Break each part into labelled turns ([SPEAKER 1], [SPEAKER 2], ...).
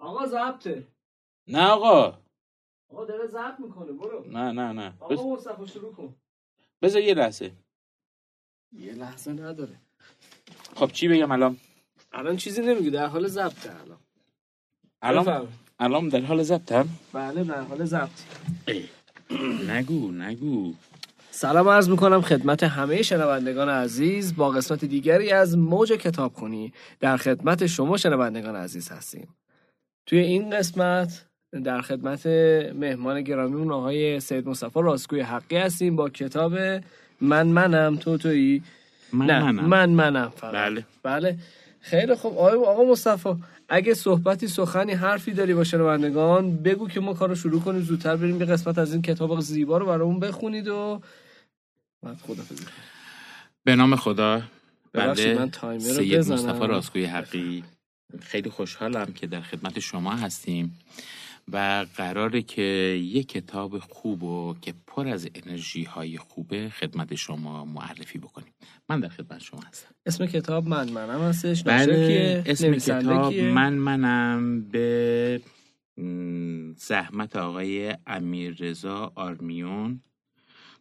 [SPEAKER 1] آقا ضبطه
[SPEAKER 2] نه آقا
[SPEAKER 1] آقا داره ضبط میکنه برو
[SPEAKER 2] نه نه نه بز-
[SPEAKER 1] آقا مصطفی شروع کن
[SPEAKER 2] بذار یه لحظه
[SPEAKER 3] یه لحظه نداره
[SPEAKER 2] خب چی بگم الان
[SPEAKER 3] الان چیزی نمیگه در حال ضبط الان
[SPEAKER 2] الان
[SPEAKER 3] بفرمایید.
[SPEAKER 2] الان در حال ضبطم
[SPEAKER 3] بله در حال ضبط
[SPEAKER 2] نگو نگو
[SPEAKER 3] سلام عرض میکنم خدمت همه شنوندگان عزیز با قسمت دیگری از موج کتاب کنی در خدمت شما شنوندگان عزیز هستیم توی این قسمت در خدمت مهمان گرامیمون آقای سید مصطفی راستگوی حقی هستیم با کتاب من منم تو تویی
[SPEAKER 2] من
[SPEAKER 3] نه
[SPEAKER 2] منم.
[SPEAKER 3] من منم فقط
[SPEAKER 2] بله.
[SPEAKER 3] بله خیلی خب آقا آقا مصطفی اگه صحبتی سخنی حرفی داری با شنوندگان بگو که ما کارو شروع کنیم زودتر بریم یه قسمت از این کتاب زیبا رو برامون بخونید و بعد خدافظی کنیم.
[SPEAKER 4] به نام خدا
[SPEAKER 3] ببخشید، من
[SPEAKER 4] بنده
[SPEAKER 3] تایمر رو
[SPEAKER 4] بله. سید
[SPEAKER 3] بزنم.
[SPEAKER 4] مصطفی راستگوی حقی خیلی خوشحالم که در خدمت شما هستیم و قراره که یک کتاب خوب و که پر از انرژی های خوبه خدمت شما معرفی بکنیم من در خدمت شما هستم
[SPEAKER 3] اسم کتاب من منم هستش ناشر
[SPEAKER 4] بله
[SPEAKER 3] کیه
[SPEAKER 4] اسم
[SPEAKER 3] نویسنده
[SPEAKER 4] کتاب
[SPEAKER 3] کیه؟
[SPEAKER 4] من منم به م، زحمت آقای امیر رضا آرمیون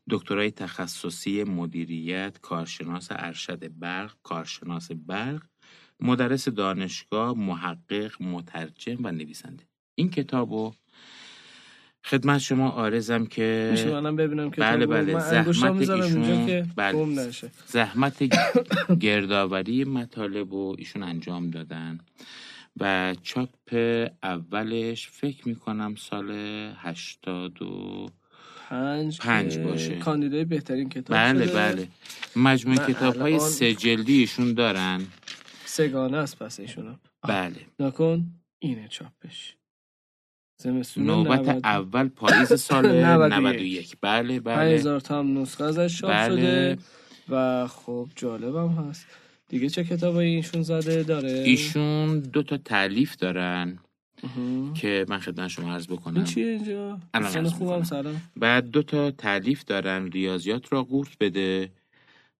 [SPEAKER 4] دکترای تخصصی مدیریت کارشناس ارشد برق کارشناس برق مدرس دانشگاه محقق مترجم و نویسنده این کتاب رو خدمت شما آرزم که
[SPEAKER 3] میشه منم ببینم کتاب
[SPEAKER 4] بله
[SPEAKER 3] رو؟
[SPEAKER 4] بله
[SPEAKER 3] من انگشتم
[SPEAKER 4] زحمت
[SPEAKER 3] میذارم اینجا
[SPEAKER 4] ایشون
[SPEAKER 3] که
[SPEAKER 4] بله.
[SPEAKER 3] گم نشه
[SPEAKER 4] زحمت گردآوری مطالب و ایشون انجام دادن و چاپ اولش فکر میکنم سال هشتاد و
[SPEAKER 3] پنج
[SPEAKER 4] پنج
[SPEAKER 3] که
[SPEAKER 4] باشه.
[SPEAKER 3] کاندیدای بهترین کتاب
[SPEAKER 4] بله
[SPEAKER 3] شده.
[SPEAKER 4] بله مجموع
[SPEAKER 3] من
[SPEAKER 4] کتاب های
[SPEAKER 3] الان-
[SPEAKER 4] سه جلدی ایشون دارن
[SPEAKER 3] سگانه است پس ایشونم
[SPEAKER 4] بله
[SPEAKER 3] نکن اینه چاپش زمستون
[SPEAKER 4] نوبت
[SPEAKER 3] 90.
[SPEAKER 4] اول پاییز سال
[SPEAKER 3] 91.
[SPEAKER 4] 91 بله بله
[SPEAKER 3] 5000 تا هم نسخه ازش چاپ
[SPEAKER 4] بله.
[SPEAKER 3] شده و خب جالبم هست دیگه چه کتابایی ایشون زده داره
[SPEAKER 4] ایشون دو تا تعلیف دارن
[SPEAKER 3] اها.
[SPEAKER 4] که من خدمت شما عرض
[SPEAKER 3] این
[SPEAKER 4] بکنم
[SPEAKER 3] چیه اینجا
[SPEAKER 4] الان
[SPEAKER 3] دوستان
[SPEAKER 4] عرض
[SPEAKER 3] خوبم
[SPEAKER 4] می‌کنم.
[SPEAKER 3] سلام
[SPEAKER 4] بعد دو تا تعلیف دارن ریاضیات را قورت بده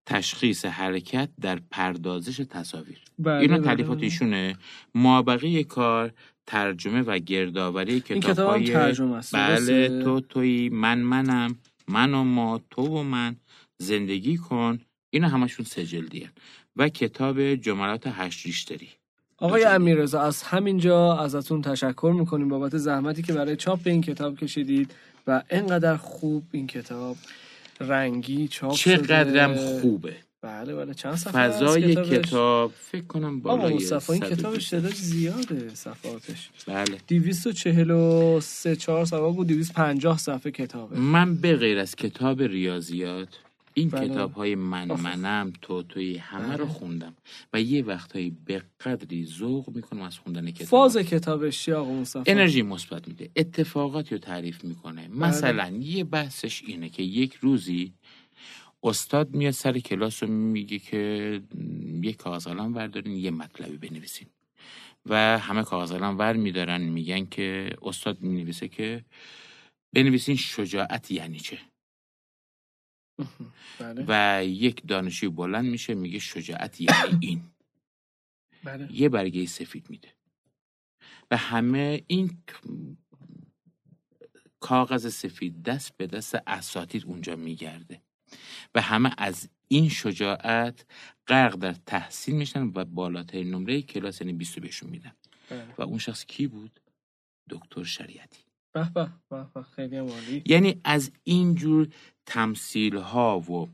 [SPEAKER 4] تشخیص حرکت در پردازش تصاویر
[SPEAKER 3] بله،
[SPEAKER 4] اینا
[SPEAKER 3] بله،
[SPEAKER 4] تعلیفات
[SPEAKER 3] بله.
[SPEAKER 4] ایشونه مابقی کار ترجمه و گردآوری
[SPEAKER 3] این
[SPEAKER 4] کتاب
[SPEAKER 3] کتاب هم
[SPEAKER 4] های
[SPEAKER 3] ترجمه است درسته؟
[SPEAKER 4] بله تو توی من منم من و ما تو و من زندگی کن اینا همشون سه جلدیه و کتاب جملات هشت ریشتری
[SPEAKER 3] آقای
[SPEAKER 4] دوچندی.
[SPEAKER 3] امیررضا از همینجا ازتون تشکر میکنیم بابت زحمتی که برای چاپ این کتاب کشیدید و انقدر خوب این کتاب رنگی چاپ
[SPEAKER 4] چقدرم
[SPEAKER 3] خب، شده.
[SPEAKER 4] خوبه
[SPEAKER 3] بله بله چند صفحه است
[SPEAKER 4] فضای
[SPEAKER 3] کتابش؟
[SPEAKER 4] کتاب فکر کنم
[SPEAKER 3] آقا
[SPEAKER 4] بالای
[SPEAKER 3] مصطفی این
[SPEAKER 4] 120.
[SPEAKER 3] کتابش تعداد زیاده صفحاتش
[SPEAKER 4] بله
[SPEAKER 3] 243 4 صفحه بود 250 صفحه کتابه
[SPEAKER 4] من به غیر از کتاب ریاضیات این
[SPEAKER 3] بله.
[SPEAKER 4] کتاب های من
[SPEAKER 3] آفرین.
[SPEAKER 4] منم تو توی همه رو
[SPEAKER 3] بله.
[SPEAKER 4] خوندم و یه وقتایی به قدری ذوق میکنم از خوندن کتاب
[SPEAKER 3] فاز کتابش چی آقا مصطفی
[SPEAKER 4] انرژی مثبت میده اتفاقاتی رو تعریف میکنه
[SPEAKER 3] بله.
[SPEAKER 4] مثلا یه بحثش اینه که یک روزی استاد میاد سر کلاس رو میگه که م، یه کاغذ قلم وردارین یه مطلبی بنویسین و همه کاغذ قلم ور میدارن میگن که استاد مینویسه که بنویسین شجاعت یعنی چه
[SPEAKER 3] بله
[SPEAKER 4] و یک دانشجوی بلند میشه میگه شجاعت یعنی این
[SPEAKER 3] بله
[SPEAKER 4] یه برگه سفید میده و همه این کاغذ سفید دست به دست اساتید اونجا میگرده و همه از این شجاعت غرق در تحسین میشن و بالاترین نمره کلاس یعنی 20 رو بهشون میدن
[SPEAKER 3] بله
[SPEAKER 4] و اون شخص کی بود دکتر شریعتی
[SPEAKER 3] به به به به خیلی هم عالی
[SPEAKER 4] یعنی از اینجور تمثیل ها و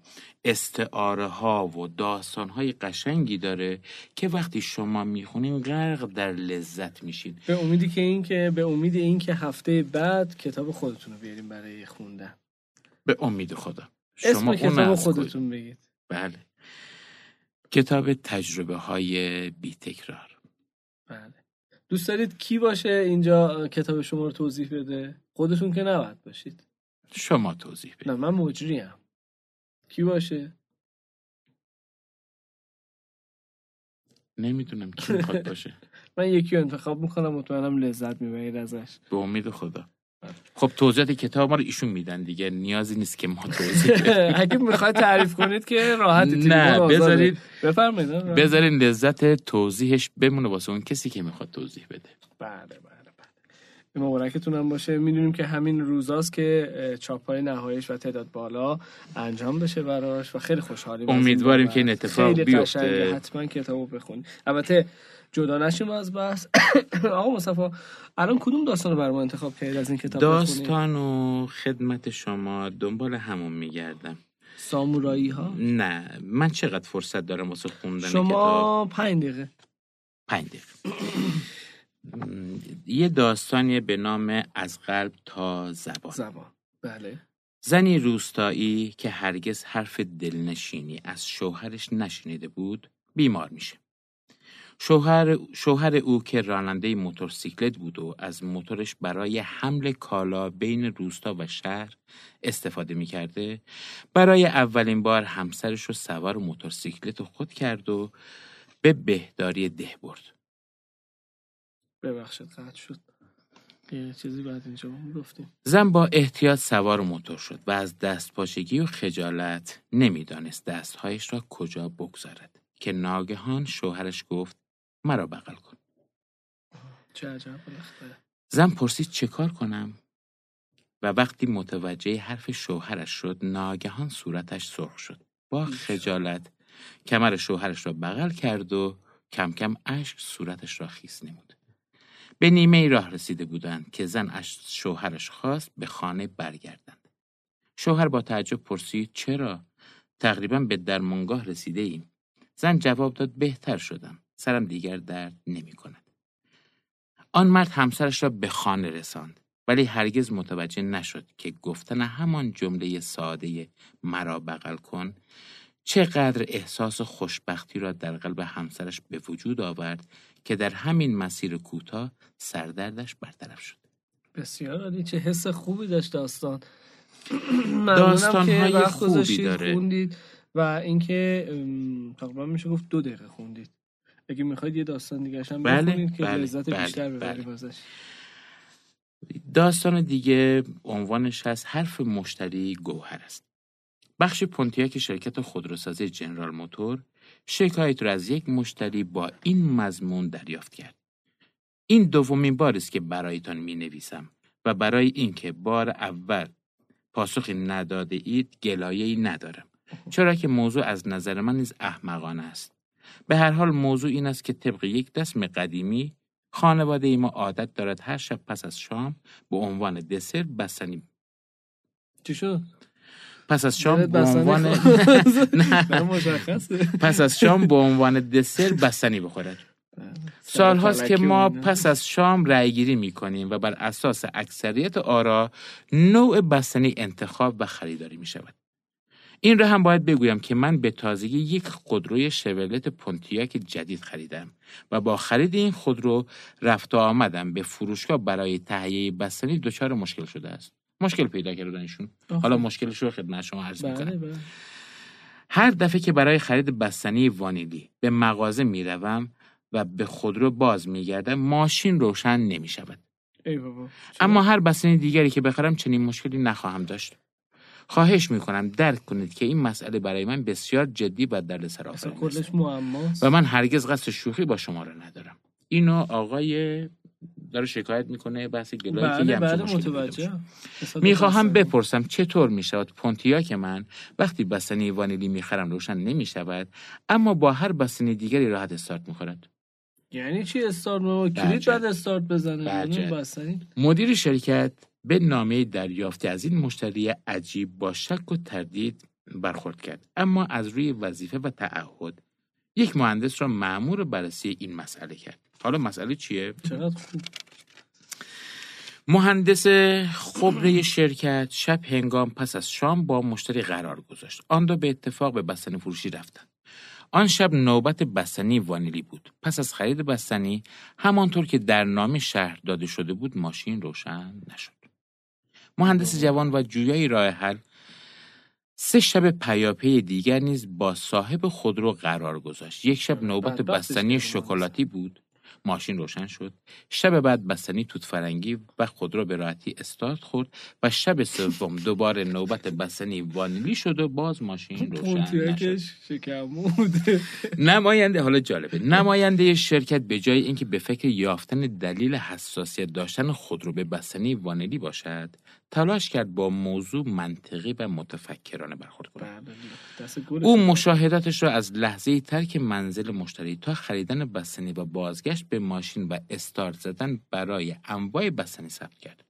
[SPEAKER 4] استعاره ها و داستان های قشنگی داره که وقتی شما میخونین غرق در لذت میشین
[SPEAKER 3] به امیدی که این که به امید این که هفته بعد کتاب خودتون رو بیاریم برای خوندن
[SPEAKER 4] به امید خدا
[SPEAKER 3] اسم
[SPEAKER 4] اون
[SPEAKER 3] کتاب
[SPEAKER 4] از کجا-
[SPEAKER 3] خودتون بگید
[SPEAKER 4] بله کتاب تجربه های بی تکرار
[SPEAKER 3] بله دوست دارید کی باشه اینجا کتاب شما رو توضیح بده خودتون که نباید باشید
[SPEAKER 4] شما توضیح
[SPEAKER 3] نه
[SPEAKER 4] بدید
[SPEAKER 3] من مجریم کی باشه
[SPEAKER 4] نمیدونم کی میخواد باشه
[SPEAKER 3] من یکی رو انتخاب میکنم مطمئنم لذت میبرید ازش
[SPEAKER 4] به امید خدا خب توضیحات کتاب ما رو ایشون میدن دیگه نیازی نیست که ما توضیح بدیم.
[SPEAKER 3] اگه میخواید تعریف کنید که راحت
[SPEAKER 4] نه بذارید
[SPEAKER 3] بفرمایید آره.
[SPEAKER 4] بذارین لذت توضیحش بمونه واسه اون کسی که میخواد توضیح بده
[SPEAKER 3] بله بله بله مبارکتون هم باشه میدونیم که همین روزاست که چاپ های نهاییش و تعداد بالا انجام بشه براش و خیلی خوشحالیم از
[SPEAKER 4] امیدواریم
[SPEAKER 3] بابت.
[SPEAKER 4] که این اتفاق
[SPEAKER 3] خیلی
[SPEAKER 4] بیفته.
[SPEAKER 3] قشنگه. حتما کتابو بخونید البته جدا نشیم از بحث آقا مصطفی الان کدوم داستان رو برام انتخاب کردید از این کتاب بخونیم؟
[SPEAKER 4] داستان و خدمت شما دنبال همون میگردم
[SPEAKER 3] سامورایی ها
[SPEAKER 4] نه من چقدر فرصت دارم واسه خوندن کتاب
[SPEAKER 3] شما پنج دقیقه
[SPEAKER 4] پنج دقیقه. م، یه داستانی به نام از قلب تا زبان
[SPEAKER 3] زبان بله
[SPEAKER 4] زنی روستایی که هرگز حرف دلنشینی از شوهرش نشنیده بود بیمار میشه. شوهر, شوهر او که راننده موتورسیکلت بود و از موتورش برای حمل کالا بین روستا و شهر استفاده میکرده برای اولین بار همسرش رو سوار موتورسیکلت خود کرد و به بهداری ده برد.
[SPEAKER 3] ببخشید قطع شد یه چیزی بعد اینجا گفتیم
[SPEAKER 4] زن با احتیاط سوار موتور شد و از دستپاچگی و خجالت نمیدانست دستهایش را کجا بگذارد که ناگهان شوهرش گفت مرا بغل کن
[SPEAKER 3] چه عجب بالاخره
[SPEAKER 4] زن پرسید چه کار کنم و وقتی متوجه حرف شوهرش شد ناگهان صورتش سرخ شد با خجالت کمر شوهرش را بغل کرد و کم کم اشک صورتش را خیس نمود به نیمه راه رسیده بودند که زن از شوهرش خواست به خانه برگردند شوهر با تعجب پرسید چرا تقریبا به درمانگاه رسیده ایم زن جواب داد بهتر شدم سرم دیگر درد نمی کند آن مرد همسرش را به خانه رساند ولی هرگز متوجه نشد که گفتن همان جمله ساده مرا بغل کن چقدر احساس خوشبختی را در قلب همسرش به وجود آورد که در همین مسیر کوتاه سردردش برطرف شد
[SPEAKER 3] بسیار عالی چه حس خوبی داشت داستان ممنونم
[SPEAKER 4] داستان‌های
[SPEAKER 3] که وقت
[SPEAKER 4] خوبی
[SPEAKER 3] گذاشتید،
[SPEAKER 4] داره.
[SPEAKER 3] خوندید و اینکه ام، تقریبا میشه گفت دو دقیقه خوندید اگه میخواید یه داستان دیگه هم
[SPEAKER 4] بله،
[SPEAKER 3] بخونید که
[SPEAKER 4] بله،
[SPEAKER 3] لذت
[SPEAKER 4] بله،
[SPEAKER 3] بیشتر ببریم
[SPEAKER 4] بله.
[SPEAKER 3] ازش
[SPEAKER 4] داستان دیگه عنوانش هست حرف مشتری گوهر است. بخش پونتیاک شرکت خودروسازی جنرال موتور شکایت را از یک مشتری با این مضمون دریافت کرد. این دومین بار است که برایتان می نویسم و برای اینکه بار اول پاسخی نداده اید گلایه ای ندارم. چرا که موضوع از نظر من نیز احمقانه است. به هر حال موضوع این است که طبق یک دسم قدیمی خانواده ما عادت دارد هر شب پس از شام به عنوان دسر بستنی
[SPEAKER 3] چی شد؟
[SPEAKER 4] پس از شام
[SPEAKER 3] دلت
[SPEAKER 4] به
[SPEAKER 3] بستنی
[SPEAKER 4] عنوان
[SPEAKER 3] خورد؟
[SPEAKER 4] نه.
[SPEAKER 3] نه، مشخصه
[SPEAKER 4] پس از شام به عنوان دسر بستنی بخورد سال هاست که
[SPEAKER 3] فلکی و
[SPEAKER 4] ما
[SPEAKER 3] اینا.
[SPEAKER 4] پس از شام رأیگیری می کنیم و بر اساس اکثریت آرا نوع بستنی انتخاب و خریداری می شود. این را هم باید بگویم که من به تازگی یک خودروی شولت پونتیاک جدید خریدم و با خرید این خودرو رفت و آمدم به فروشگاه برای تهیه بستنی دچار مشکل شده است. مشکل پیدا کردنشون. حالا مشکلش رو خدمت شما عرض می‌کنم.
[SPEAKER 3] بله بله
[SPEAKER 4] هر دفعه که برای خرید بستنی وانیلی به مغازه میروم و به خودرو باز میگردم ماشین روشن نمی شود.
[SPEAKER 3] ای بابا
[SPEAKER 4] اما هر بستنی دیگری که بخرم چنین مشکلی نخواهم داشت. خواهش می کنم درک کنید که این مسئله برای من بسیار جدی و دردسر
[SPEAKER 3] اصلا
[SPEAKER 4] آفرین است
[SPEAKER 3] کلش معماست
[SPEAKER 4] و من هرگز قصد شوخی با شما را ندارم. اینو آقای داره شکایت میکنه بحث گلایی که
[SPEAKER 3] بله
[SPEAKER 4] یه همچین
[SPEAKER 3] بله
[SPEAKER 4] مشکلی دیده باشه.
[SPEAKER 3] متوجه
[SPEAKER 4] میخواهم بپرسم چطور می شود پونتیاک من وقتی بستنی وانیلی میخرم روشن نمی شود اما با هر بستنی دیگری راحت استارت می کند
[SPEAKER 3] یعنی چی استارت ما کلید
[SPEAKER 4] برجه.
[SPEAKER 3] بعد استارت بزنه
[SPEAKER 4] برجه.
[SPEAKER 3] یعنی بستنی
[SPEAKER 4] مدیر شرکت به نامه دریافتی از این مشتری عجیب با شک و تردید برخورد کرد اما از روی وظیفه و تعهد یک مهندس را مأمور بررسی این مسئله کرد حالا مسئله چیه
[SPEAKER 3] چقدر خوب
[SPEAKER 4] مهندس خبره شرکت شب هنگام پس از شام با مشتری قرار گذاشت. آن دو به اتفاق به بستنی فروشی رفتند. آن شب نوبت بستنی وانیلی بود. پس از خرید بستنی همانطور که در نام شهر داده شده بود ماشین روشن نشد. مهندس جوان و جویای راه حل سه شب پیاپی دیگر نیز با صاحب خودرو قرار گذاشت. یک شب نوبت
[SPEAKER 3] بدبختش
[SPEAKER 4] بستنی
[SPEAKER 3] کردم.
[SPEAKER 4] شکلاتی بود. ماشین روشن شد شب بعد بستنی توت فرنگی و خودرو به راحتی استارت خورد و شب سوم دوباره نوبت بستنی وانیلی شد و باز ماشین روشن نشد
[SPEAKER 3] پونتیکش شکم بوده
[SPEAKER 4] نماینده حالا جالبه نماینده شرکت به جای اینکه به فکر یافتن دلیل حساسیت داشتن خودرو به بستنی وانیلی باشد تلاش کرد با موضوع منطقی و متفکرانه برخورد کند
[SPEAKER 3] بله، دست گل
[SPEAKER 4] او مشاهداتش را از لحظه ترک منزل مشتری تا خریدن بستنی و بازگشت به ماشین و استارت زدن برای انواع بستنی ثبت کرد.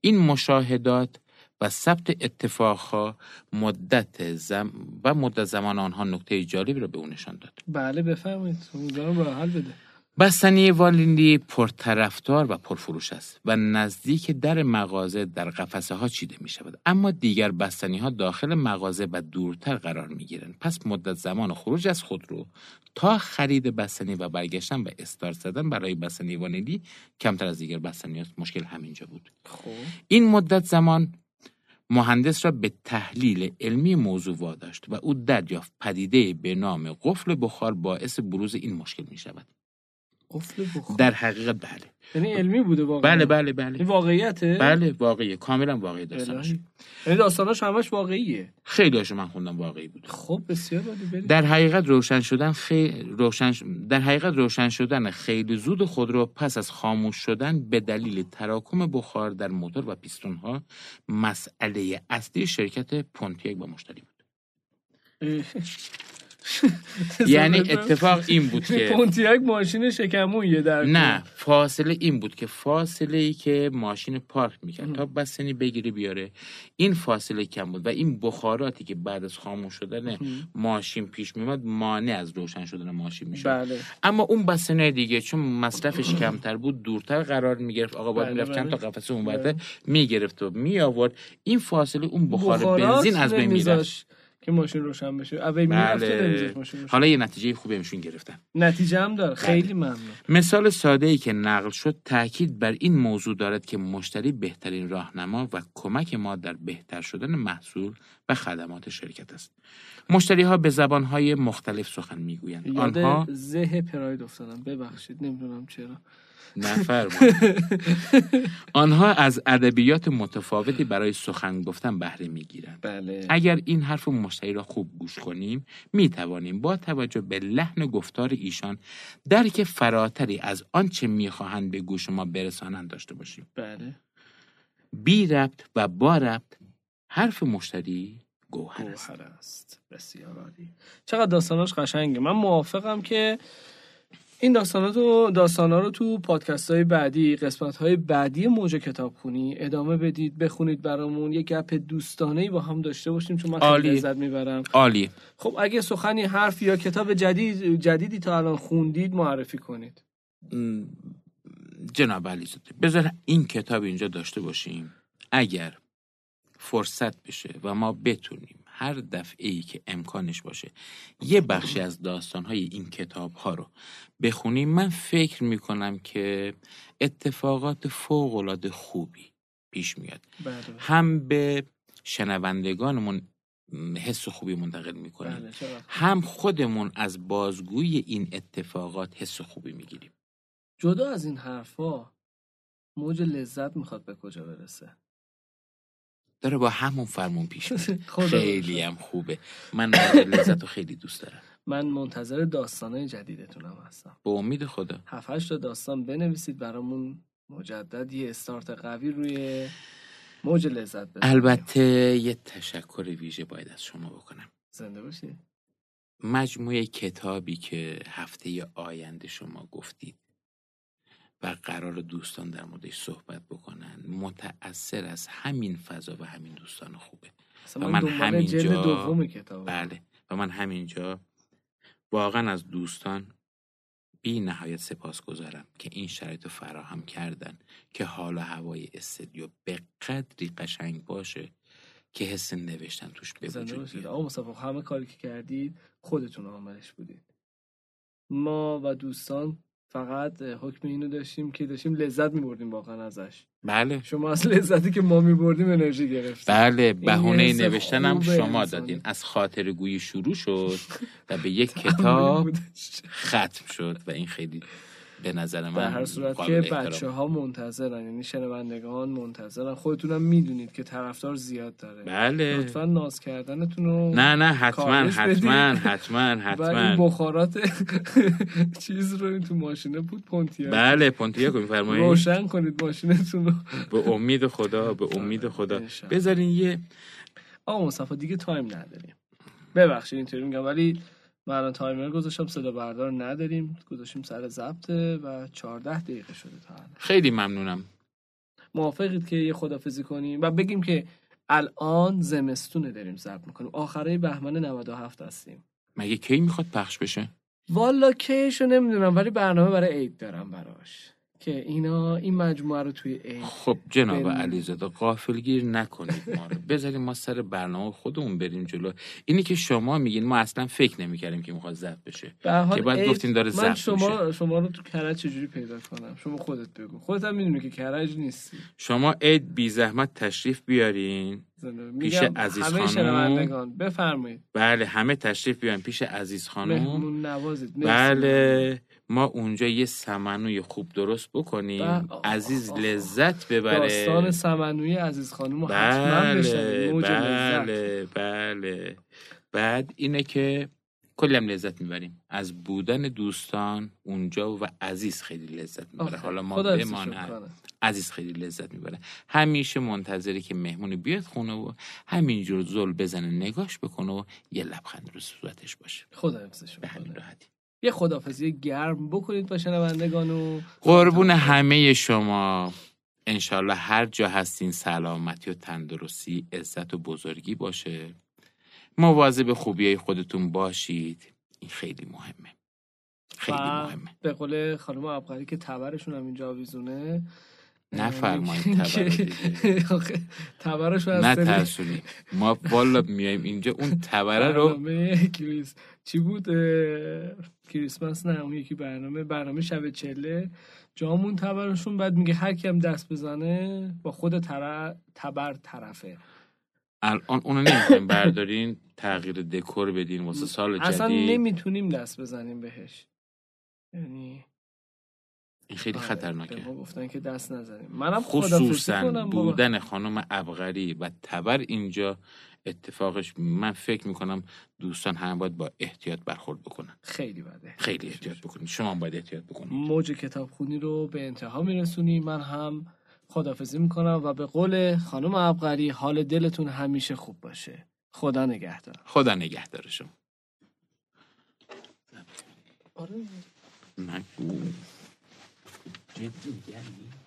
[SPEAKER 4] این مشاهدات و ثبت اتفاقها مدت زم و مدت زمان آنها نکته جالبی را به او نشان داد.
[SPEAKER 3] بله بفرمایید امیدوارم راه حل بده
[SPEAKER 4] بستنی والینی پرطرفدار و پرفروش است و نزدیک در مغازه در قفسه ها چیده می شود اما دیگر بستنی ها داخل مغازه و دورتر قرار می گیرند پس مدت زمان خروج از خود رو تا خرید بستنی و برگشتن و استارت زدن برای بستنی والینی کمتر از دیگر بستنی است مشکل همینجا بود
[SPEAKER 3] خب
[SPEAKER 4] این مدت زمان مهندس را به تحلیل علمی موضوع واداشت و او دریافت پدیده به نام قفل بخار باعث بروز این مشکل می شود
[SPEAKER 3] قفل بخور
[SPEAKER 4] در حقیقت بله
[SPEAKER 3] یعنی علمی بوده واقعا
[SPEAKER 4] بله بله
[SPEAKER 3] این
[SPEAKER 4] بله
[SPEAKER 3] واقعیته
[SPEAKER 4] بله واقعیه کاملا واقعی داستانش
[SPEAKER 3] الهی. یعنی داستاناش همش واقعیه
[SPEAKER 4] خیلی هاشو من خوندم واقعی بود
[SPEAKER 3] خب بسیار عالی بریم
[SPEAKER 4] در حقیقت روشن شدن خی... روشن ش- در حقیقت روشن شدن خیلی زود خودرو پس از خاموش شدن به دلیل تراکم بخار در موتور و پیستون ها مسئله اصلی شرکت پونتیاک با مشتری بود یعنی اتفاق این بود
[SPEAKER 3] که
[SPEAKER 4] که
[SPEAKER 3] پونتیاک ماشین شکمویه در کل.
[SPEAKER 4] نه فاصله این بود که فاصله ای که ماشین پارک میکرد تا بستنی بگیری بیاره این فاصله کم بود و این بخاراتی که بعد از خاموش شدن ماشین پیش میومد مانع از روشن شدن ماشین میشد
[SPEAKER 3] بله
[SPEAKER 4] اما اون بستنی دیگه چون مصرفش کمتر بود دورتر قرار میگرفت آقا باید
[SPEAKER 3] بله،
[SPEAKER 4] میرفت چند تا
[SPEAKER 3] بله.
[SPEAKER 4] قفسه اون ورده میگرفت و میآورد این فاصله اون بخار
[SPEAKER 3] بخارات
[SPEAKER 4] بنزین از بین میرفت
[SPEAKER 3] نمیذاش که ماشین روشن بشه اول میرفت
[SPEAKER 4] بله
[SPEAKER 3] ماشین روشن
[SPEAKER 4] حالا یه نتیجه خوبی همشون گرفتن
[SPEAKER 3] نتیجه هم
[SPEAKER 4] بله.
[SPEAKER 3] داره خیلی ممنون
[SPEAKER 4] مثال ساده ای که نقل شد تاکید بر این موضوع دارد که مشتری بهترین راهنما و کمک ما در بهتر شدن محصول و خدمات شرکت است. مشتری ها به زبان های مختلف سخن میگویند.
[SPEAKER 3] یاد
[SPEAKER 4] آنها
[SPEAKER 3] زه پراید افتادم ببخشید نمیدونم چرا
[SPEAKER 4] نفرمایید. آنها از ادبیات متفاوتی برای سخن گفتن بهره میگیرند.
[SPEAKER 3] بله
[SPEAKER 4] اگر این حرف مشتری را خوب گوش کنیم می توانیم با توجه به لحن گفتار ایشان درک فراتری از آنچه میخواهند به گوش ما برسانند داشته باشیم
[SPEAKER 3] بله
[SPEAKER 4] بی ربط و با ربط حرف مشتری گوهر است
[SPEAKER 3] گوهر است بسیار عالی چقدر داستاناش قشنگه من موافقم که این داستانات و داستانا رو تو پادکست های بعدی قسمت های بعدی موج کتاب خونی ادامه بدید بخونید برامون یه گپ دوستانه ای با هم داشته باشیم چون من خیلی
[SPEAKER 4] عالی.
[SPEAKER 3] لذت میبرم
[SPEAKER 4] عالی
[SPEAKER 3] خب اگه سخنی حرف یا کتاب جدید جدیدی تا الان خوندید معرفی کنید
[SPEAKER 4] م، جناب علی بذار این کتاب اینجا داشته باشیم اگر فرصت بشه و ما بتونیم هر دفعه ای که امکانش باشه یه بخشی از داستان های این کتاب ها رو بخونیم من فکر میکنم که اتفاقات فوق العاده خوبی پیش میاد
[SPEAKER 3] بله
[SPEAKER 4] هم به شنوندگانمون م، حس خوبی منتقل میکنیم
[SPEAKER 3] بله چقدر.
[SPEAKER 4] هم خودمون از بازگوی این اتفاقات حس خوبی میگیریم
[SPEAKER 3] جدا از این حرفا موج لذت میخواد به کجا برسه
[SPEAKER 4] داره با همون فرمون پیش میره.
[SPEAKER 3] خدا
[SPEAKER 4] خیلی هم خوبه من موج لذت رو خیلی دوست دارم
[SPEAKER 3] من منتظر داستانای جدیدتونم هستم
[SPEAKER 4] به امید خدا
[SPEAKER 3] هفت هشت تا داستان بنویسید برامون مجدد یه استارت قوی روی موج لذت بزنیم
[SPEAKER 4] البته یه تشکر ویژه باید از شما بکنم
[SPEAKER 3] زنده باشید
[SPEAKER 4] مجموعه کتابی که هفته آینده شما گفتید و قرار دوستان در موردش صحبت بکنن متأثر از همین فضا و همین دوستان خوبه
[SPEAKER 3] اصلا
[SPEAKER 4] و
[SPEAKER 3] من
[SPEAKER 4] من
[SPEAKER 3] دنبال
[SPEAKER 4] همینجا-
[SPEAKER 3] جلد دوم کتاب
[SPEAKER 4] بله و من همینجا واقعا از دوستان بی نهایت سپاس گذارم که این شرایط رو فراهم کردن که حال و هوای استدیو به قدری قشنگ باشه که حس نوشتن توش به
[SPEAKER 3] زنده
[SPEAKER 4] وجود
[SPEAKER 3] باشید
[SPEAKER 4] بیاد.
[SPEAKER 3] آقا مصطفی همه کاری که کردید خودتون عاملش بودید ما و دوستان فقط حکم اینو داشتیم که داشتیم لذت میبردیم واقعا ازش
[SPEAKER 4] بله
[SPEAKER 3] شما از لذتی که ما میبردیم انرژی گرفتیم
[SPEAKER 4] بله بهونه
[SPEAKER 3] حس
[SPEAKER 4] نوشتنم
[SPEAKER 3] خوبه
[SPEAKER 4] شما
[SPEAKER 3] انسانی.
[SPEAKER 4] دادین از خاطر گویی شروع شد و به یک کتاب
[SPEAKER 3] بودش.
[SPEAKER 4] ختم شد و این خیلی به نظر
[SPEAKER 3] در
[SPEAKER 4] من
[SPEAKER 3] هر صورت که
[SPEAKER 4] قابل
[SPEAKER 3] بچه
[SPEAKER 4] احترام.
[SPEAKER 3] ها منتظرن یعنی شنوندگان منتظرن خودتونم میدونید که طرفدار زیاد داره
[SPEAKER 4] بله
[SPEAKER 3] لطفا ناز کردنتون رو
[SPEAKER 4] نه نه حتما
[SPEAKER 3] کاهش بدی.
[SPEAKER 4] حتما حتما
[SPEAKER 3] و این
[SPEAKER 4] حتما
[SPEAKER 3] بخارات چیز رو این تو ماشینه بود پونتیاک
[SPEAKER 4] بله پونتیاکو میفرمایید
[SPEAKER 3] روشن کنید ماشینتون رو
[SPEAKER 4] به امید خدا به امید خدا
[SPEAKER 3] انشاءالله.
[SPEAKER 4] بذارین یه
[SPEAKER 3] آقا مصطفی دیگه تایم نداریم ببخشید اینطوری میگم ولی من الان تایمر گذاشتم صدا بردار نداریم گذاشتیم سر ضبطه و 14 دقیقه شده تا الان
[SPEAKER 4] خیلی ممنونم
[SPEAKER 3] موافقید که یه خدافزی کنیم و بگیم که الان زمستونه داریم ضبط میکنیم آخرای بهمن 97 هستیم
[SPEAKER 4] مگه کی میخواد پخش بشه
[SPEAKER 3] والا کیشو نمیدونم ولی برنامه برای عید دارم براش که اینا این مجموعه رو توی عید
[SPEAKER 4] خب جناب
[SPEAKER 3] بریم.
[SPEAKER 4] علیزاده قافلگیر نکنید ما رو بذاریم ما سر برنامه خودمون بریم جلو اینی که شما میگین ما اصلا فکر نمیکردیم که میخواد ضبط بشه
[SPEAKER 3] به هر حال
[SPEAKER 4] که باید
[SPEAKER 3] عید-
[SPEAKER 4] گفتین داره
[SPEAKER 3] من
[SPEAKER 4] ضبط
[SPEAKER 3] شما
[SPEAKER 4] میشه
[SPEAKER 3] شما رو تو کرج چجوری پیدا کنم شما خودت بگو خودت هم میدونی که کرج نیستی
[SPEAKER 4] شما عید بی زحمت تشریف بیارین
[SPEAKER 3] زنده.
[SPEAKER 4] پیش
[SPEAKER 3] میگم
[SPEAKER 4] عزیز
[SPEAKER 3] همه
[SPEAKER 4] خانم.
[SPEAKER 3] شنوندگان بفرمایید
[SPEAKER 4] بله همه تشریف بیارین پیش عزیز خانم
[SPEAKER 3] مهمون نوازید مرسی.
[SPEAKER 4] بله ما اونجا یه سمنوی خوب درست بکنیم
[SPEAKER 3] بله. آه،
[SPEAKER 4] عزیز
[SPEAKER 3] آه، آه.
[SPEAKER 4] لذت ببره
[SPEAKER 3] داستان سمنوی عزیز خانم رو حتما بشنوید
[SPEAKER 4] بله
[SPEAKER 3] موج لذت
[SPEAKER 4] بله بله بعد اینه که کلی هم لذت میبریم از بودن دوستان اونجا و عزیز خیلی لذت میبره
[SPEAKER 3] آخه،
[SPEAKER 4] حالا ما
[SPEAKER 3] خدا حفظشون
[SPEAKER 4] بماند
[SPEAKER 3] کنه.
[SPEAKER 4] عزیز خیلی لذت میبره همیشه منتظره که مهمون بیاد خونه و همینجور زل بزنه نگاش بکنه و یه لبخند رو صورتش باشه
[SPEAKER 3] خدا حفظشون
[SPEAKER 4] به همین
[SPEAKER 3] کنه.
[SPEAKER 4] راحتی
[SPEAKER 3] یه خدافزی گرم بکنید با شنوندگان و
[SPEAKER 4] قربون همه شما انشالله هر جا هستین سلامتی و تندرستی عزت و بزرگی باشه مواظب خوبیای خودتون باشید این خیلی مهمه خیلی
[SPEAKER 3] و
[SPEAKER 4] مهمه
[SPEAKER 3] به قول خانم عبقری که تبرشون هم اینجا آویزونه
[SPEAKER 4] نفرمایید
[SPEAKER 3] اه،
[SPEAKER 4] تبر رو
[SPEAKER 3] که-
[SPEAKER 4] دیگه.
[SPEAKER 3] آخه، تبرشون از
[SPEAKER 4] نه
[SPEAKER 3] سری-
[SPEAKER 4] ترسونی ما والا میایم اینجا اون تبره رو
[SPEAKER 3] برنامه کریس چی بود اه، کریسمس نه اون یکی برنامه برنامه شب چله جامون تبرشون بعد میگه هر کیم دست بزنه با خود تر... تبر طرفه
[SPEAKER 4] الان اونو نمیتونیم بردارین تغییر دکور بدین واسه سال
[SPEAKER 3] اصلا
[SPEAKER 4] جدید
[SPEAKER 3] نمیتونیم دست بزنیم بهش یعنی
[SPEAKER 4] این خیلی
[SPEAKER 3] آره،
[SPEAKER 4] خطرناکه
[SPEAKER 3] به ما گفتن که دست نزنیم منم خداحافظی
[SPEAKER 4] خصوصا
[SPEAKER 3] کنم بابا.
[SPEAKER 4] بودن خانم ابغری و تبر اینجا اتفاقش من فکر میکنم دوستان هم باید با احتیاط برخورد بکنن
[SPEAKER 3] خیلی بده
[SPEAKER 4] خیلی احتیاط بکنید شما هم باید احتیاط بکنید
[SPEAKER 3] موج کتابخونی رو به انتها میرسونی من هم خدافزی میکنم و به قول خانم عبقری حال دلتون همیشه خوب باشه خدا نگهدار
[SPEAKER 4] خدا نگهدار شما
[SPEAKER 3] آره
[SPEAKER 4] نگو جدی میگی؟